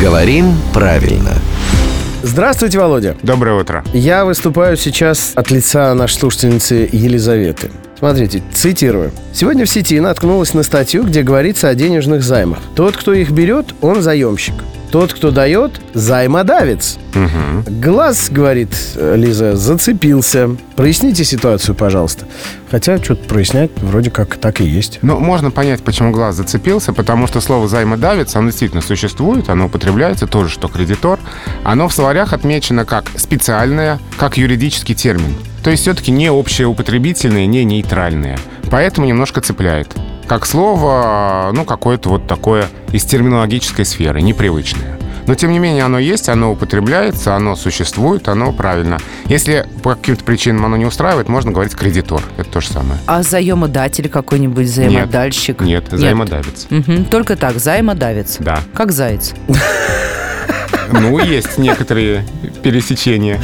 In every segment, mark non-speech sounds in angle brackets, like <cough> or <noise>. Говорим правильно. Здравствуйте, Володя. Доброе утро. Я выступаю сейчас от лица нашей слушательницы Елизаветы. Смотрите, цитирую. Сегодня в сети наткнулась на статью, где говорится о денежных займах. Тот, кто их берет, он заемщик. Тот, кто дает, займодавец. Глаз, говорит э, Лиза, зацепился. Проясните ситуацию, пожалуйста. Хотя что-то прояснять вроде как так и есть. Ну, можно понять, почему глаз зацепился, потому что слово «займодавец», оно действительно существует, оно употребляется тоже, что кредитор. Оно в словарях отмечено как специальное, как юридический термин. То есть все-таки не общеупотребительное, не нейтральное. Поэтому немножко цепляет. Как слово, ну, какое-то вот такое из терминологической сферы, непривычное. Но, тем не менее, оно есть, оно употребляется, оно существует, оно правильно. Если по каким-то причинам оно не устраивает, можно говорить кредитор. Это то же самое. А заемодатель какой-нибудь, заемодальщик? Нет, займодавец. Мгм, Только так, заемодавец. Да. Как заяц. Ну, есть некоторые пересечения.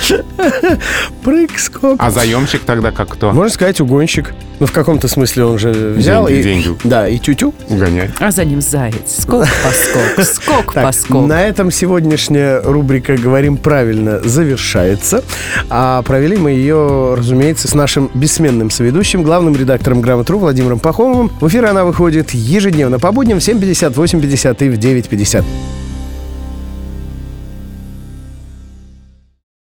Прыг, скок. А заемщик тогда как кто? Можно сказать, угонщик. Ну, в каком-то смысле он же взял Деньги, и... деньги. Да, и тю-тю. Угоняй. А за ним заяц. Скок <laughs> поскок, скок Так, поскок. на этом сегодняшняя рубрика «Говорим правильно» завершается. А провели мы ее, разумеется, с нашим бессменным соведущим, главным редактором «Грамотру» Владимиром Пахомовым. В эфир она выходит ежедневно по будням в 7.50, 8.50 и в 9.50.